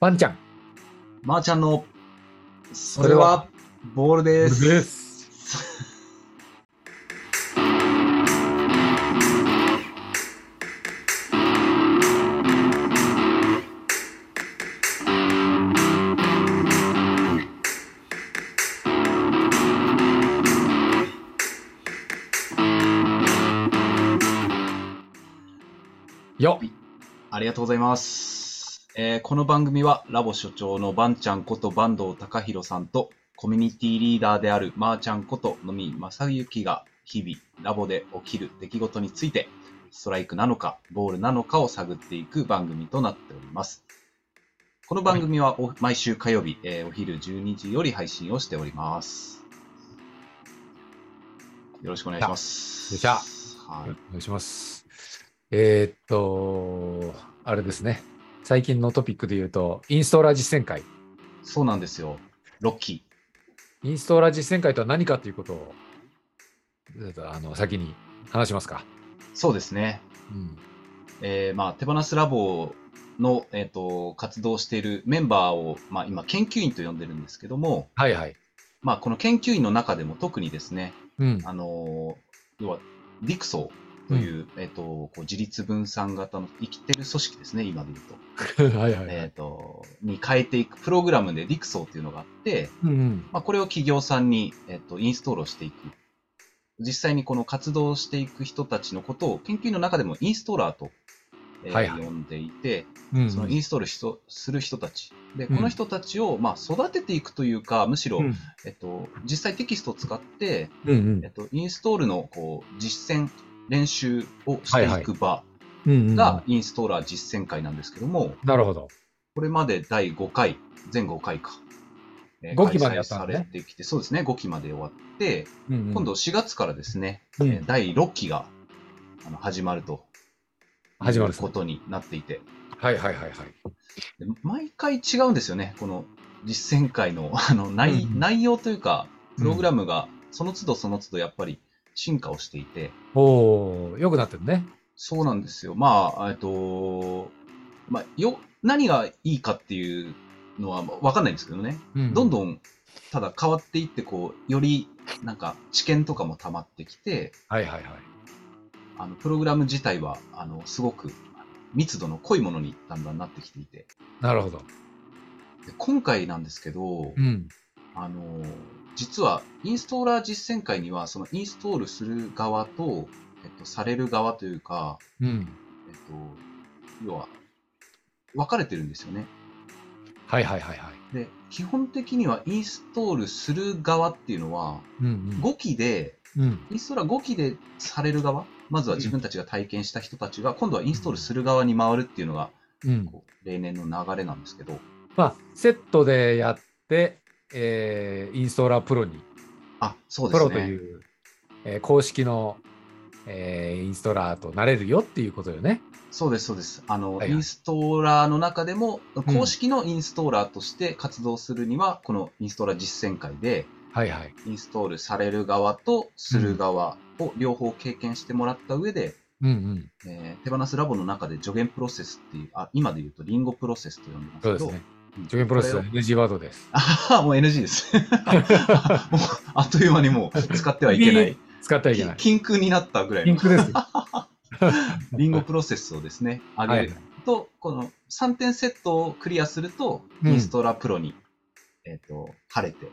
ワンちゃん。まー、ちゃんの、それは、ボールです。です。よっありがとうございます。えーこの番組は、ラボ所長のバンちゃんこと坂東隆弘さんと、コミュニティリーダーであるまーちゃんことのみ正幸が、日々、ラボで起きる出来事について、ストライクなのか、ボールなのかを探っていく番組となっております。この番組はお、毎週火曜日、えーお昼12時より配信をしております。よろしくお願いします。よっしゃはいお。願いします。えーっと、あれですね。最近のトピックで言うと、インストーラー実践会。そうなんですよ。ロッキー。インストーラー実践会とは何かということを、えっとあの先に話しますか。そうですね。うん。えーまあ、手放すラボの、えー、と活動しているメンバーを、まあ、今、研究員と呼んでるんですけども、はいはい。まあ、この研究員の中でも特にですね、うん。あのー要は、ディクソーという、えー、とこう自立分散型の生きてる組織ですね、今で言うと。 はいはい、はいえー、とに変えていくプログラムでディクソーというのがあって、うんうん。まあ、これを企業さんに、えっと、インストールをしていく。実際にこの活動していく人たちのことを研究の中でもインストーラーと、えーはいはい呼んでいて、うんうんそのインストールしとする人たち。で、うこんの人たちを、まあ、育てていくというか、むしろ、うんえっと、実際テキストを使って、うんえっと、インストールのこう実践、練習をしていく場うんうんうんがインストーラー実践会なんですけども、なるほど。これまで第5回、全5回か。えー5期まで開や催ったさのねれてきて、そうですね、5期まで終わって、うんうん今度4月からですね、うんえー第6期があの始まると。始まるんですねことになっていて、はいはいはいはい。で毎回違うんですよね、この実践会の あの内,、うんうん内容というか、プログラム。ムがその都度その都度やっぱり進化をしていて、おお、よくなってるね。そうなんですよ。まあ、えっと、まあ、よ、何がいいかっていうのはわかんないんですけどね。どんん。どん、ただ変わっていって、こう、より、なんか、知見とかも溜まってきて、はいはいはい。あの、プログラム自体は、あの、すごく、あの密度の濃いものにだんだんなってきていて。なるほど。で今回なんですけど、うん。あの、実は、インストーラー実践会には、そのインストールする側と、えっと、される側というか、うん。えっと、要は、分かれてるんですよね。はいはいはいはい。で、基本的にはインストールする側っていうのは、うん5期で、うん。うん。インストーラー5期でされる側、まずは自分たちが体験した人たちが、今度はインストールする側に回るっていうのが、うん。こう例年の流れなんですけど、まあ、セットでやって、えーインストーラープロに、あ、そうでプすロね。という、えー公式の、えーインストーラーとなれるよっていうことよね。そうです、そうです。あの、はいはいインストーラーの中でも、ん公式のインストーラーとして活動するには、このインストーラー実践会で、はいはい。インストールされる側とする側を両方経験してもらった上で、うんうん。えー手放すラボの中で助言プロセスっていう、あ、今で言うとリンゴプロセスと呼んでますけそうど、ですね。うん助言プロセスこはれを NG ワードです。ああ、 もう NG です。もうあっという間にもう使ってはいけない。使ってはいけない。禁句になったぐらいピンのクです。リンゴプロセスをですね、上はげいる。と、この3点セットをクリアすると、うんインストラプロに、えっと、晴れて、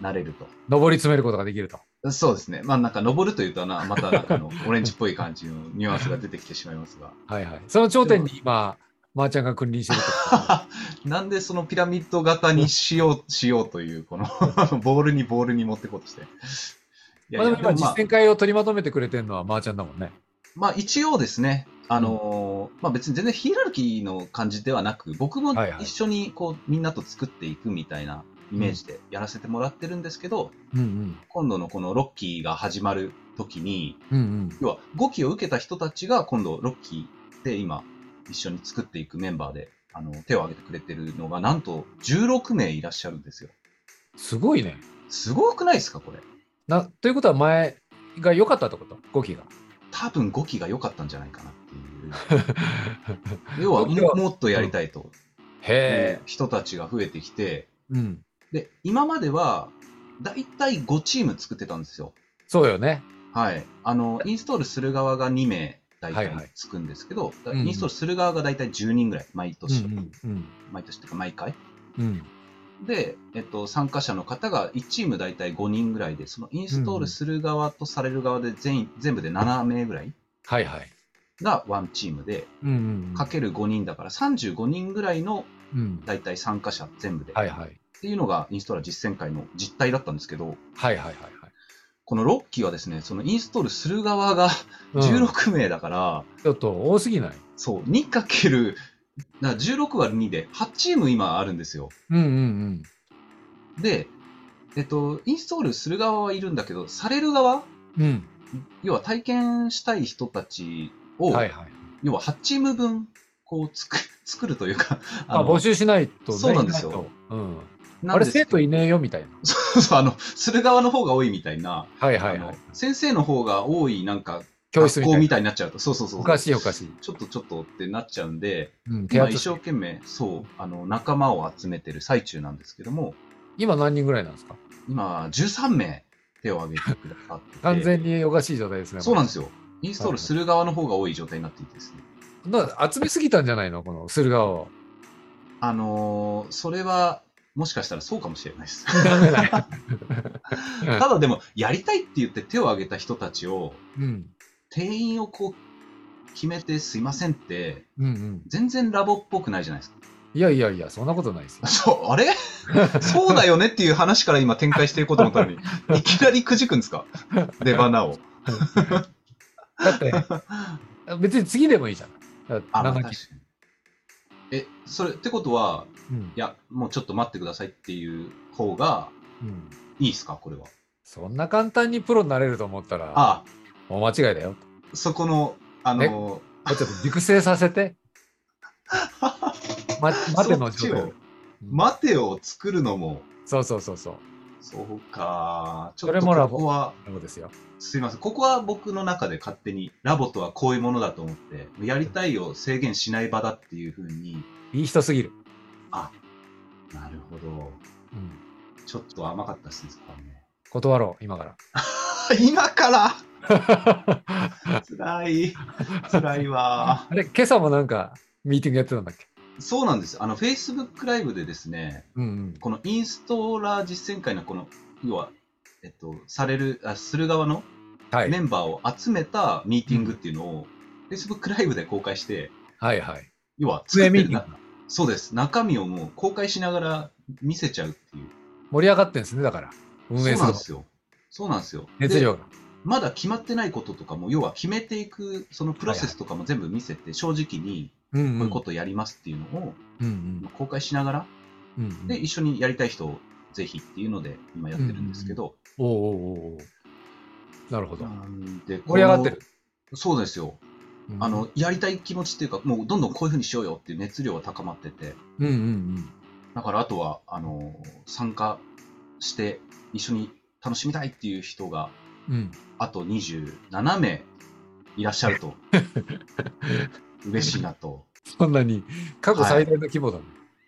なれると。登り詰めることができると。そうですね。まあなんか登るというとな、またな んかあのオレンジっぽい感じのニュアンスが出てきてしまいますが。 はいはい。その頂点に今、まーちゃんが君臨してるってことなんでそのピラミッド型にしよう、しようという、このボールにボールに持ってこうとして。いやまあいでもや今、でもまあ実践会を取りまとめてくれてるのはまーちゃんだもんね。まあ一応ですね、あのーまあ別に全然ヒエラルキーの感じではなく、僕もはいはい一緒にこうみんなと作っていくみたいなイメージでやらせてもらってるんですけど、うんうん。今度のこのロッキーが始まる時に、うんうん。要は5期を受けた人たちが今度ロッキーで今一緒に作っていくメンバーで、あの、手を挙げてくれてるのがなんと16名いらっしゃるんですよ。すごいね。すごくないですか、これ。なということは前が良かったってこと語 気が。多分5期が良かったんじゃないかなっていう。要は5期はももっとやりたいと。へえ。人たちが増えてきて、うん。で、今までは、だいたい5チーム作ってたんですよ。そうよね。はい。あの、インストールする側が2名、だいたはいはいいつくんですけど、だうんうんインストールする側がだいたい10人ぐらい、毎う年、んうん毎年っていうか毎回。うん。うん。で、えっと、参加者の方が1チームだいたい5人ぐらいで、そのインストールする側とされる側で全員、全部で7名ぐらいはいはい。がワンチームで、うんうんうん。かける5人だから35人ぐらいのうん。だいたい参加者全部で、はいはい。っていうのがインストーラー実践会の実態だったんですけど、はいはいはいはい。このロッキーはですね、そのインストールする側がうん16名だから、ちょっと多すぎないそう、2かける、だから16割る2で8チーム今あるんですよ。うんうんで、えっと、インストールする側はいるんだけど、される側、うん。うん。要は体験したい人たちを、はいはい。要は8チーム分、こう作、作るというか、あ、募集しないとね。そうなんですよいいと。うん。なあんれ、ですけ生ど徒いねえよみたいな。そう そう、あの、する側の方が多いみたいな、はいはいあはのい。先生の方が多い、なんか、教室み学た校いみな。たいになっちゃうと、そうそうそう。おかしいおかしい。ちょっとちょっとってなっちゃうんで、うん、手今厚一さ生懸命、そう、あの、仲間を集めてる最中なんですけども、今何人ぐらいなんですか今、13名手を挙げてくださってて。完全におかしい状態ですね。。そうなんですすよ。インストールする側の方が多い状態になっていてですね。だから集めすぎたんじゃないのこの駿河を。あのーそれは、もしかしたらそうかもしれないです。ダメだよ。 ただでも、やりたいって言って手を挙げた人たちを、 うん。定員をこう、決めてすいませんって、うんうん。全然ラボっぽくないじゃないですか。 いやいやいや、そんなことないですよ。そ う、あれそうだよねっていう話から今展開していこうと思ったのに、いきなりくじくんですか出花を。だって、別に次でもいいじゃん。だってあ、まあ、長確かきに。え、それってことは、うんいや、もうちょっと待ってくださいっていう方がうん。いいですか、これは。そんな簡単にプロになれると思ったら、あもう間違いだよ。もそこの、あの、うちょっと熟成させて。ま、待てのそっち状態を。、待てを作るのも、そうそうそうそう。そうか、ちょそれっともラこボこは、そうですよ。すいません、ここは僕の中で勝手に、ラボとはこういうものだと思って、やりたいを制限しない場だっていうふうに、いい人すぎる。なるほど。うん。ちょっと甘かったですね、そこはね。断ろう、今から。今から 辛い。辛いわ。あれ、今朝もなんか、ミーティングやってたんだっけそうなんです。あの、Facebook ライブでですね、うんうん。このインストーラー実践会のこの、要は、えっと、される、あする側のはい。メンバーを集めたミーティングっていうのを、Facebook ライブで公開して、はいはい。要は作っ上てミーるティな、そうです。中身をもう公開しながら見せちゃうっていう。盛り上がってんですね、だから。運そう営すなんるですよ。そうなんですよ。熱量が。まだ決まってないこととかも、要は決めていく、そのプロセスとかも全部見せて、正直にうんこうう。いうんことやりますっていうのをうんうん公開しながら、うんうんで、一緒にやりたい人をぜひっていうので今やってるんですけど、おうおうおうおうなるほど。なんで盛り上がってる。このそうですよ。うんあの、、やりたい気持ちっていうか、もうどんどんこういうふうにしようよっていう熱量が高まってて、うんうんうん。だからあとは、あの、参加して一緒に楽しみたいっていう人が、うん、あと27名いらっしゃ ると、嬉しいなと。そんなに過去最大の規模だね。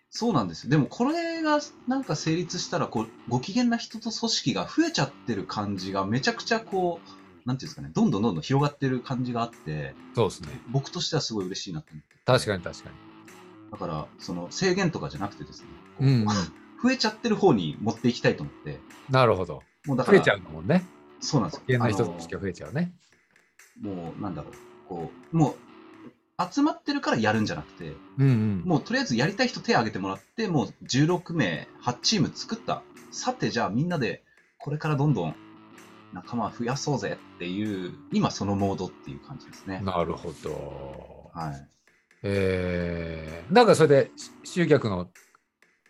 そうなんですよ。でもこれがなんか成立したらこう、ご機嫌な人と組織が増えちゃってる感じがめちゃくちゃこう、なんていうんですかね、どんどんどんどん広がってる感じがあって、そうですね。僕としてはすごい嬉しいなと思って。確かに確かに。だから、その制限とかじゃなくてですね、こうんうん 増えちゃってる方に持っていきたいと思って、なるほど。もうだか増えら、ちゃうんだもんね。そうなんですよ。有な人あとのしか増えちゃうね。もうなんだろう、こう、もう集まってるからやるんじゃなくて、うんうん。もうとりあえずやりたい人手挙げてもらって、もう16名、8チーム作った。さて、じゃあみんなで、これからどんどん仲間増やそうぜっていう、今そのモードっていう感じですね。なるほど。はい。えー、なんかそれでし集客の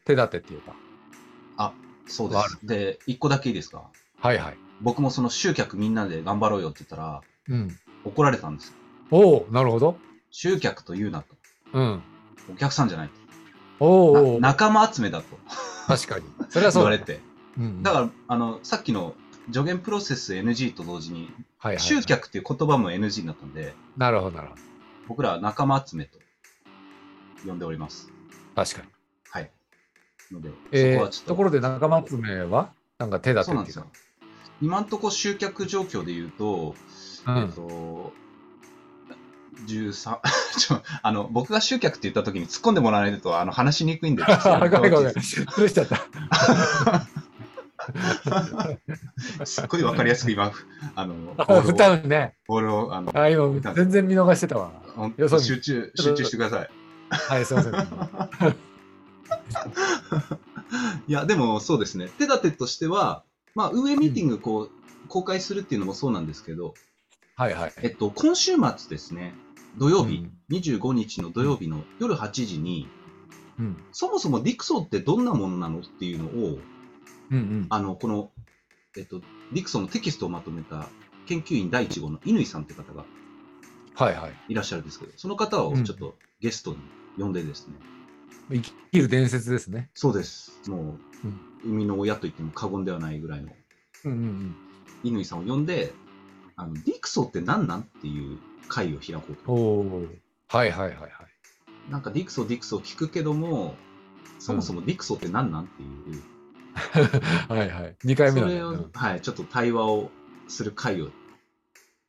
手立てっていうか。そうです。で、1個だけいいですかはいはい。僕もその集客みんなで頑張ろうよって言ったら、うん。怒られたんですよ。おおなるほど。集客というなと。うん。お客さんじゃないと。おうおうな仲間集めだと確かに。それは言そうわだれね。て。うんだから、あの、さっきの助言プロセス NG と同時に、はいはい、集客っていう言葉も NG になったんで、なるほどなるほど。僕らは仲間集めと呼んでおります。確かに。はい。ので、えそこはちょっー、ところで仲間集めはなんか手立そてうなっんてでいうすよか。。今んとこ集客状況で言うと、うんえっと、13 ちょ、あの、僕が集客って言った時に突っ込んでもらわないと、あの、話しにくいんで、ちょっとやあめ てごもめんごらめっん。ていいです失礼しちゃった。かすっごいわかりやす く今、あの、ボあールを歌うね。ボールをあの、あ、今、全然見逃してたわ。ほんよそに集中、集中してください。はい、すいま せん。いや、でもそうですね。手立てとしては、まあ、運営ミーティングこう、公開するっていうのもそうなんですけど、はいはい。えっと、今週末ですね、土曜う日、ん25日の土曜日の夜8時に、うん。そもそもディクソンってどんなものなのっていうのを、うんうん。あの、この、えっと、ディクソンのテキストをまとめた研究員第1号の乾さんって方がはいはいらっしゃるんですけど、その方をちょっとゲストに呼んでですね、い。生きる伝説ですね。そうです。もう、うん生みの親と言っても過言ではないぐらいのうんうん乾さんを呼んで、あのディクソって何なんっていう会を開こううん。おと。お。はいはいはいはい。 なんかディクソ、ディクソ聞くけども、そもそもディクソって何なんっていう、はいはい。2回目だそれね。を、うんはい、ちょっと対話をする会を、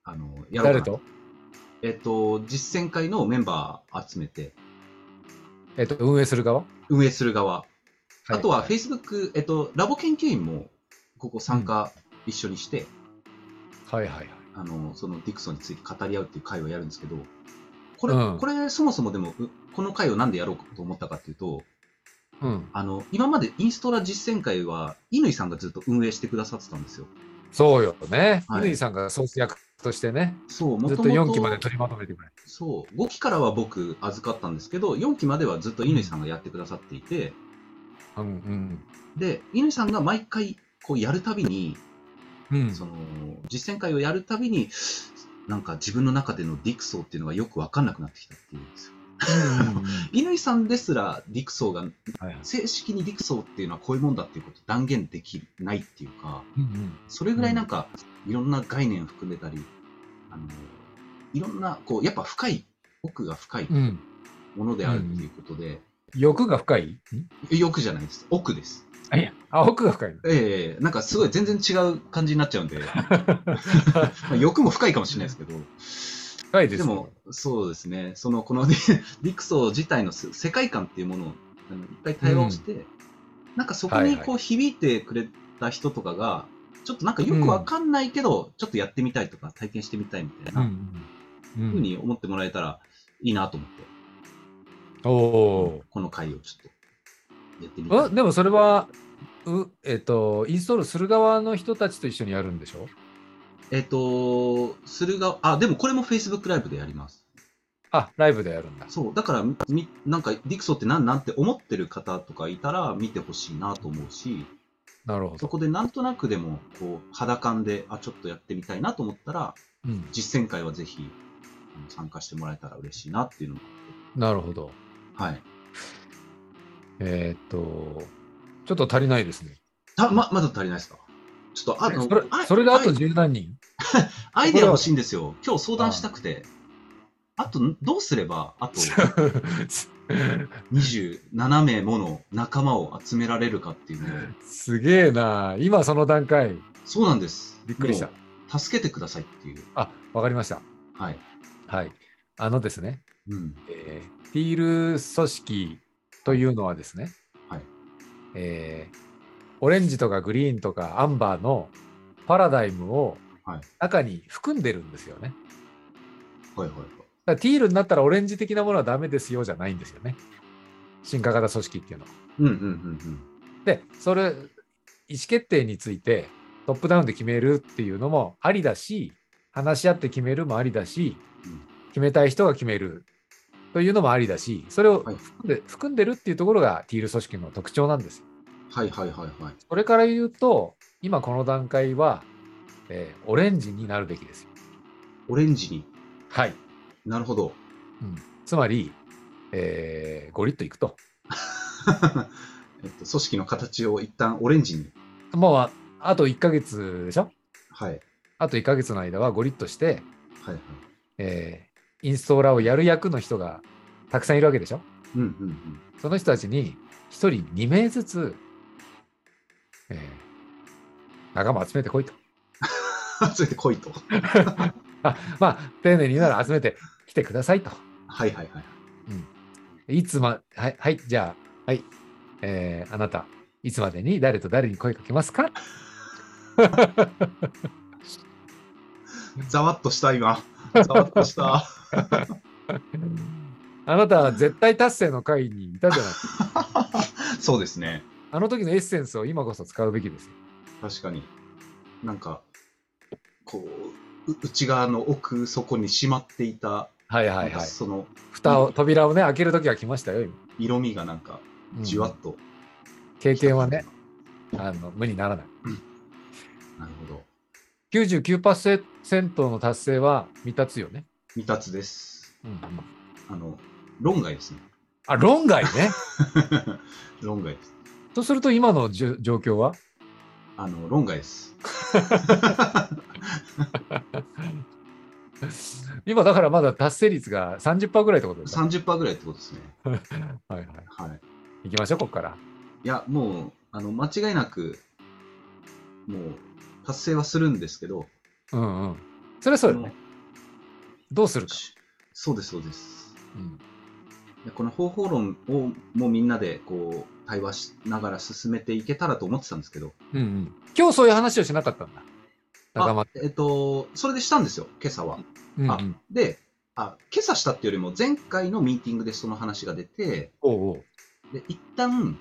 あの、やろう誰かな。とえっと、実践会のメンバー集めて、えっと、運営する側運営する側。いあとは Facebook、えっと、ラボ研究員も、ここ参加一緒にして、はいはいはい。あの、そのディクソンについて語り合うっていう会をやるんですけど、これ、うんこれそもそもでも、うこの会をなんでやろうと思ったかっていうと、うん。あの、今までインストラ実践会は、乾さんがずっと運営してくださってたんですよ。そうよね。はい乾さんがソース役としてね、そう、ずっと元々4期まで取りまとめてくれ。そう、5期からは僕預かったんですけど、4期まではずっと乾さんがやってくださっていて、うんうん。で、乾さんが毎回、こうやるたびに、うん、その、実践会をやるたびに、なんか自分の中でのディクソーっていうのがよくわかんなくなってきたっていうんですよ。うんうんうん乾さんですら、ディクソーが、はいはい正式にディクソーっていうのはこういうもんだっていうことを断言できないっていうか、うんうんそれぐらいなんか、いろんな概念を含めたり、あの、いろんな、こう、やっぱ深い、奥が深いうんものであるっていうことで、欲が深いん欲じゃないです。奥です。あいや、あ、奥が深いの。ええなんかすごい全然違う感じになっちゃうんで、まあ欲も深いかもしれないですけど、深いですでよも、そうですね、その、このディクソー自体のす世界観っていうものを、あの一回対話をして、なんかそこはいにはいこう響いてくれた人とかが、ちょっとなんかよくわかんないけど、ちょっとやってみたいとか、体験してみたいみたいうんな、うんうんふうに思ってもらえたらいいなと思って、おおこの回をちょっとやってみたー。いえ。でもそれは、うえっと、インストールする側の人たちと一緒にやるんでしょえっ、と、するが、あ、でもこれも Facebook ライブでやります。あ、ライブでやるんだ。そう、だから、みなんか、ディクソって何なんって思ってる方とかいたら見てほしいなと思うし、なるほそど。こでなんとなくでも、こう、肌感で、あ、ちょっとやってみたいなと思ったら、うん、実践会はぜひ、あの参加してもらえたら嬉しいなっていうのもなるほど。はい。えーっと、ちょっと足りないですね。た、ま、まだ足りないですかちょっと、あのそれあそれであとアイ十何人アイデア欲しいんですよ。今日相談したくて。あと、どうすれば、あと27名もの仲間を集められるかっていうのを。すげえな今その段階そうなんです。びっくりしたもう。助けてくださいっていう。あわかりましたはい。はいあのですね、うん。えーティール組織というのはですね、はいえーオレンジとかグリーンとかアンバーのパラダイムをはい中に含んでるんですよね、はいはいはい。だからティールになったらオレンジ的なものはダメですよじゃないんですよね進化型組織っていうのはうんうんうんでそれ意思決定についてトップダウンで決めるっていうのもありだし話し合って決めるもありだしうん決めたい人が決めるというのもありだしそれを含んで,、含んでるっていうところがティール組織の特徴なんですよ。うん。はいはいはいはい。それから言うと今この段階は、えーオレンジになるべきですよ。オレンジに。はい、なるほど。 うん、つまり、えーゴリッといくとえっと、組織の形を一旦オレンジに。もうああと1ヶ月でしょはい。あと1ヶ月の間はゴリッとしてはいはい。えーインストーラーをやる役の人がたくさんいるわけでしょうんうんうん。その人たちに一人2名ずつ、えー仲間集めてこいと。 ついてこいと。あまあ、丁寧に言うなら集めてきてくださいと。はいはいはい。いつま、はい、はい、じゃあ、はい、えーあなた、いつまでに誰と誰に声かけますかざわっとした今。ざわっとした。 あなたは絶対達成の会にいたじゃない。そうですね。あの時のエッセンスを今こそ使うべきですよ。確かに。なんか、こう、う内側の奥底にしまっていた、はいはいなんはかい。その蓋を、扉をね、開ける時が来ましたよ、今。色味がなんか、うんじわっと、経験はね、あの無にならない。なるほど。 99%の達成は未達よね。未達です。うんうん、あの、論外ですね。あ、論外 ね。論外です。とすると今のじゅ状況はあの、論外です。今だからまだ達成率が30%ぐらいってことですか、 30%ぐらいってことですね。はいははい。い。行きましょう、ここから。いや、もう、あの、間違いなく、もう、達成はするんですけど、うんうん。それはそうよあねの。どうするか。しそうです、そうです。うんでこの方法論をもうみんなでこう対話しながら進めていけたらと思ってたんですけど、うんうん、今日そういう話をしなかったんだ。仲間あ。えっと、それでしたんですよ、今朝は。うんうあん、であ、今朝したっていうよりも前回のミーティングでその話が出て、おうおう。で一旦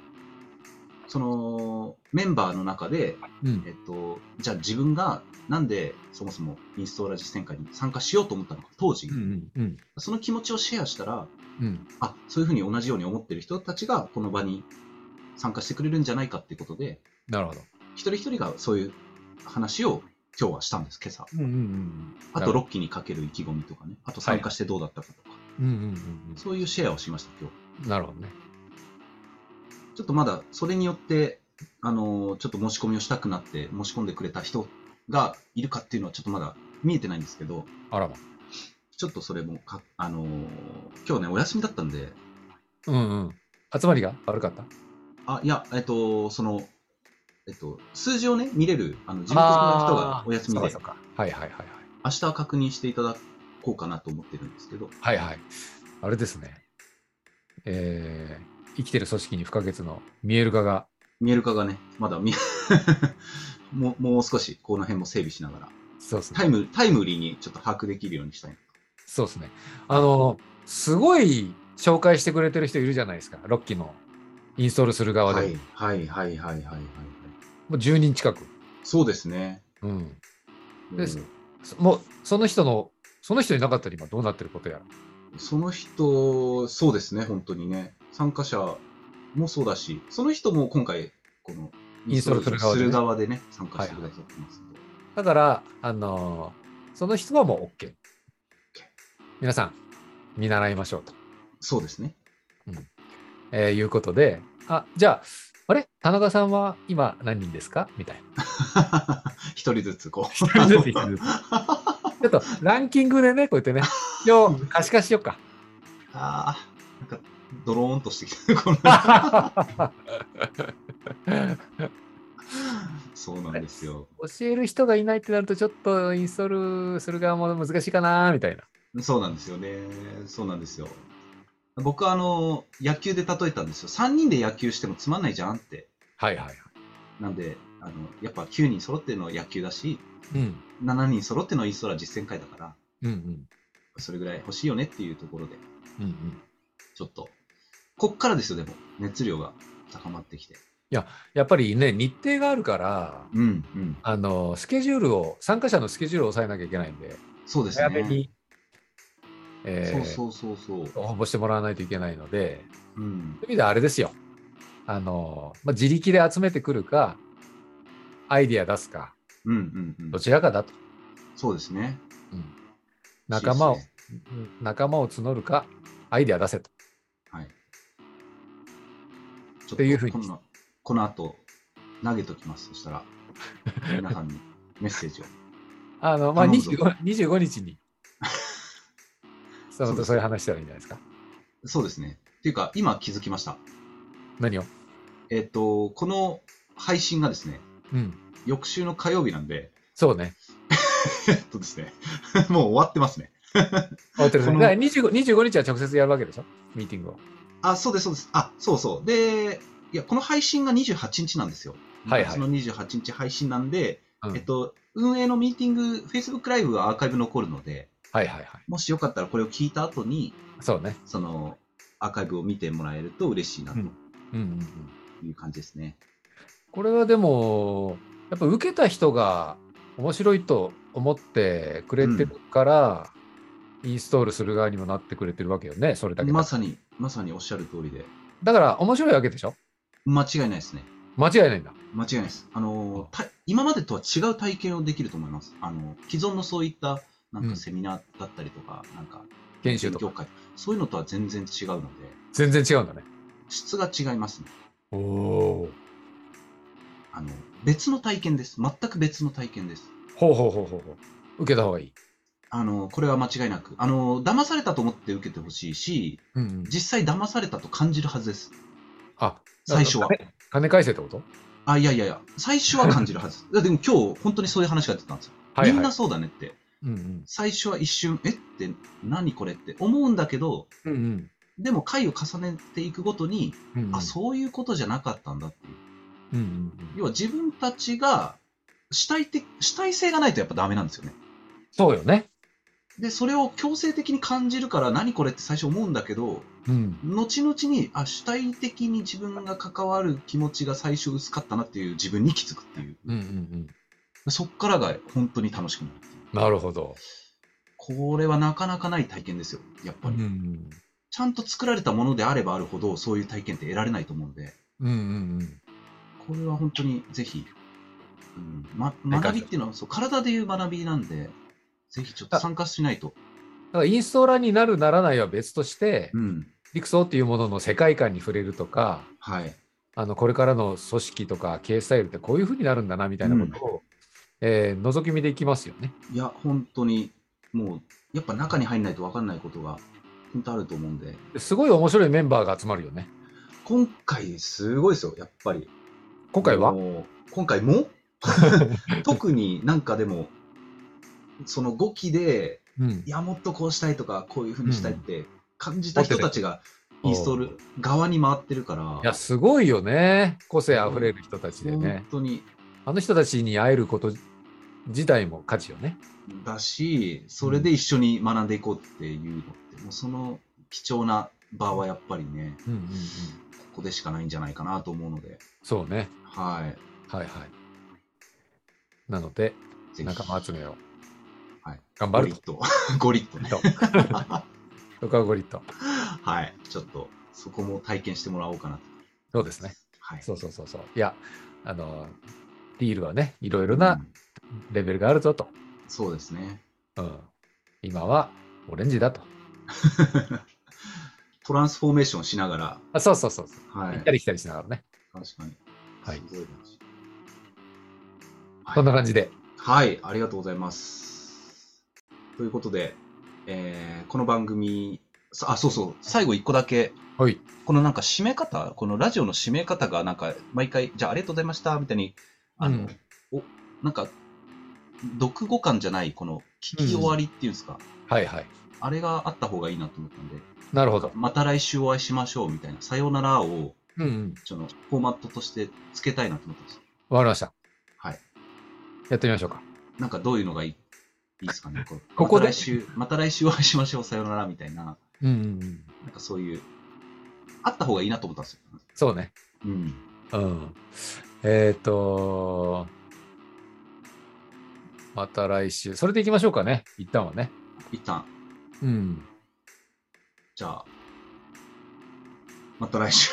そのメンバーの中で、うんえっと、じゃあ自分がなんでそもそもインストーラ実践会に参加しようと思ったのか、当時、うんうんうんその気持ちをシェアしたら、うんあそういうふうに同じように思ってる人たちがこの場に参加してくれるんじゃないかっていうことで、なるほど。一人一人がそういう話を今日はしたんです、今朝。うんうんうんあなと、るほロッキーにかける意気込みとかね、あと参加してどうだったかとか、うんうんそういうシェアをしました、今日。うん。なるほどね。ちょっとまだ、それによって、あのーちょっと申し込みをしたくなって、申し込んでくれた人がいるかっていうのは、ちょっとまだ見えてないんですけど、あらま。ちょっとそれもか、あのー今日ね、お休みだったんで、うんうん。集まりが悪かった。あ、いや、えっと、その、えっと、数字をね、見れる、あの、事務局の人がお休そみうかでそう、か。はいはいはいはい。明日確認していただこうかなと思ってるんですけど、はいはい。あれですね。えー、生きてる組織に不可欠の見える化が、見える化がね、まだ見 もう、もう少し、この辺も整備しながら、そうですねタ。イム、タイムリーにちょっと把握できるようにしたい。そうですね。あの、すごい紹介してくれてる人いるじゃないですか。ロッキーのインストールする側で。はい、はい、はい、はい、はい、はい。もう10人近く。そうですね。うん。もうですそもう、その人の、その人いなかったら今どうなってることやら。その人、そうですね、本当にね。参加者もそうだし、その人も今回、この、インストールする側でねインストール側でね、参加してくださってますので。だから、あのーその人はもう OK。皆さん、見習いましょうと、そうですね。 えーいうことで、あ、じゃあ、あれ田中さんは今何人ですかみたいな。一人ずつこう。一人ずつ一人ずつちょっとランキングでね、こうやってね、一応可視化しようか。ああ、なんか、ドローンとしてきた。この そうなんですよ。教える人がいないってなると、ちょっとインストールする側も難しいかな、みたいな。そうなんですよね。そうなんですよ。僕はあの、野球で例えたんですよ。3人で野球してもつまんないじゃんって。はいはいはい。なんで、あの、やっぱ9人揃っての野球だし、うん。 7人揃ってのインストラ実践会だから、うんうん。それぐらい欲しいよねっていうところで、うんうん。ちょっと、こっからですよ、でも、熱量が高まってきて。やっぱりね、日程があるから、うん、うん。あのスケジュールを参加者のスケジュールを抑えなきゃいけないんでそうです早めね。に、えーそうそうそうそう。応募してもらわないといけないのでうんそうい。う意味ではあれですよあの、まあ、自力で集めてくるかアイディア出すかうん、うん、うんど。ちらかだとそうですね。仲間をそうですうん仲間を募るかアイディア出せとはい。ちょっていうふうにこのこの後、投げときます。そしたら、 皆さんにメッセージを。あの、まあ、頼むぞ 25, 25日にそそうでうすそういう話したらいいんじゃないですかそうですね。っていうか、今気づきました。何をえっと、この配信がですね、うん。翌週の火曜日なんで、そうね。えっとですね、 もう終わってますね。終わってるねこのだから 25, 25日は直接やるわけでしょミーティングを。あ、そうです、そうです。あ、そうそう。で、いや、この配信が28日なんですよ。はいはいその28日配信なんで、うんえっと、運営のミーティング、Facebook ライブはアーカイブ残るので、はいはいはい。もしよかったらこれを聞いた後に、そうね。その、アーカイブを見てもらえると嬉しいなとうんうんうん。いう感じですね。これはでも、やっぱ受けた人が面白いと思ってくれてるから、インストールする側にもなってくれてるわけよね、それだけだ。まさに、まさにおっしゃる通りで、だから面白いわけでしょ間違いないですね。間違いないんだ。間違いないです。あのー、た今までとは違う体験をできると思います。あの、既存のそういった、なうんんかセミナーだったりとか、なんか、研修と業か。界、そういうのとは全然違うので、全然違うんだね。質が違いますね。おお。あの、別の体験です。全く別の体験です。ほうほうほうほうほう。受けた方がいい。あの、これは間違いなく。あの、騙されたと思って受けてほしいし、うん、うん。実際騙されたと感じるはずです。あ、最初は。金金返せってことあ、いやいやいや、最初は感じ るはず。いやでも今日、本当にそういう話が出てたんですよ。はいみんは。ないそうだねって。うんうん。最初は一瞬、えって、何これって思うんだけど、うんうん。でも回を重ねていくごとに、うんうんあ、そういうことじゃなかったんだっていう。うんうんうん。要は自分たちが主体的、主体性がないとやっぱダメなんですよね。そうよね。で、それを強制的に感じるから何これって最初思うんだけど、うん。後々に、あ、主体的に自分が関わる気持ちが最初薄かったなっていう自分に気づくっていう。うんうんうん。そっからが本当に楽しくなるっていう。なるほど。これはなかなかない体験ですよ、やっぱうり。んちゃんと作られたものであればあるほど、そういう体験って得られないと思うんで。うん。うんうんこれは本当にぜひ、うんま、なんか学びっていうのはそう体でいう学びなんで、ぜひちょっと参加しないと。だからインストーラーになるならないは別としてう、ん。リクソーっていうものの世界観に触れるとか、はい。あのこれからの組織とか経営スタイルってこういうふうになるんだなみたいなことを、えー覗き見できますよね。いや、本当に、もう、やっぱ中に入んないと分かんないことが、本当あると思うんで、ですごい面白いメンバーが集まるよね。今回すごいですよ、やっぱり。今回はもう今 回も特になんかでも、その5期で、うんいや、もっとこうしたいとか、こういうふうにしたいって感じた人たちが、インストール側に回ってるからい、や、すごいよね。個性あふれる人たちで本ね。当にあの人たちに会えること自体も価値よね。だし、それで一緒に学んでいこうっていうのって、もうその貴重な場はやっぱりね、うんうんうん、ここでしかないんじゃないかなと思うので、そうね。はい。はいはい。なので、ぜひ仲間集めをはい頑ゴ張リるッと。 ゴリッとね。と。 とかゴリッと。はい。ちょっと、そこも体験してもらおうかなと。そうですね。はい。そうそうそうそう。いや、あの、リールはね、いろいろなうんレベルがあるぞと。そうですね。 うん、今はオレンジだと。トランスフォーメーションしながら、あそうそうそうそう。は行いった。り来たりしながらね。確かに。はいすごい話はいそんな感じで。はい、ありがとうございます。ということで、えーこの番組、さあ、そうそう、最後一個だけ、はい。このなんか締め方、このラジオの締め方がなんか、毎回、じゃあありがとうございました、みたいに、あの、お、なんか、読語感じゃない、この、聞き終わりっていうんですか、はいはい。あれがあった方がいいなと思ったんで、なるほど。また来週お会いしましょう、みたいな、さようならを、うんうん。その、フォーマットとしてつけたいなと思ったんですよ。わかりました。はい。やってみましょうか。なんかどういうのがいいいいですかね。こうここでまた来週、また来週お会いしましょう、さようならみたいな、うんうんうん。なんかそういう、あった方がいいなと思ったんですよ。そうね。うん。うん。えっ、とまた来週。それで行きましょうかね。一旦はね。一旦、うん。じゃあ、また来週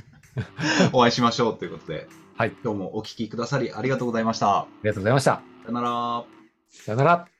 お会いしましょうということで、はい。今日もお聞きくださりありがとうございました。ありがとうございました。さよなら。さよなら。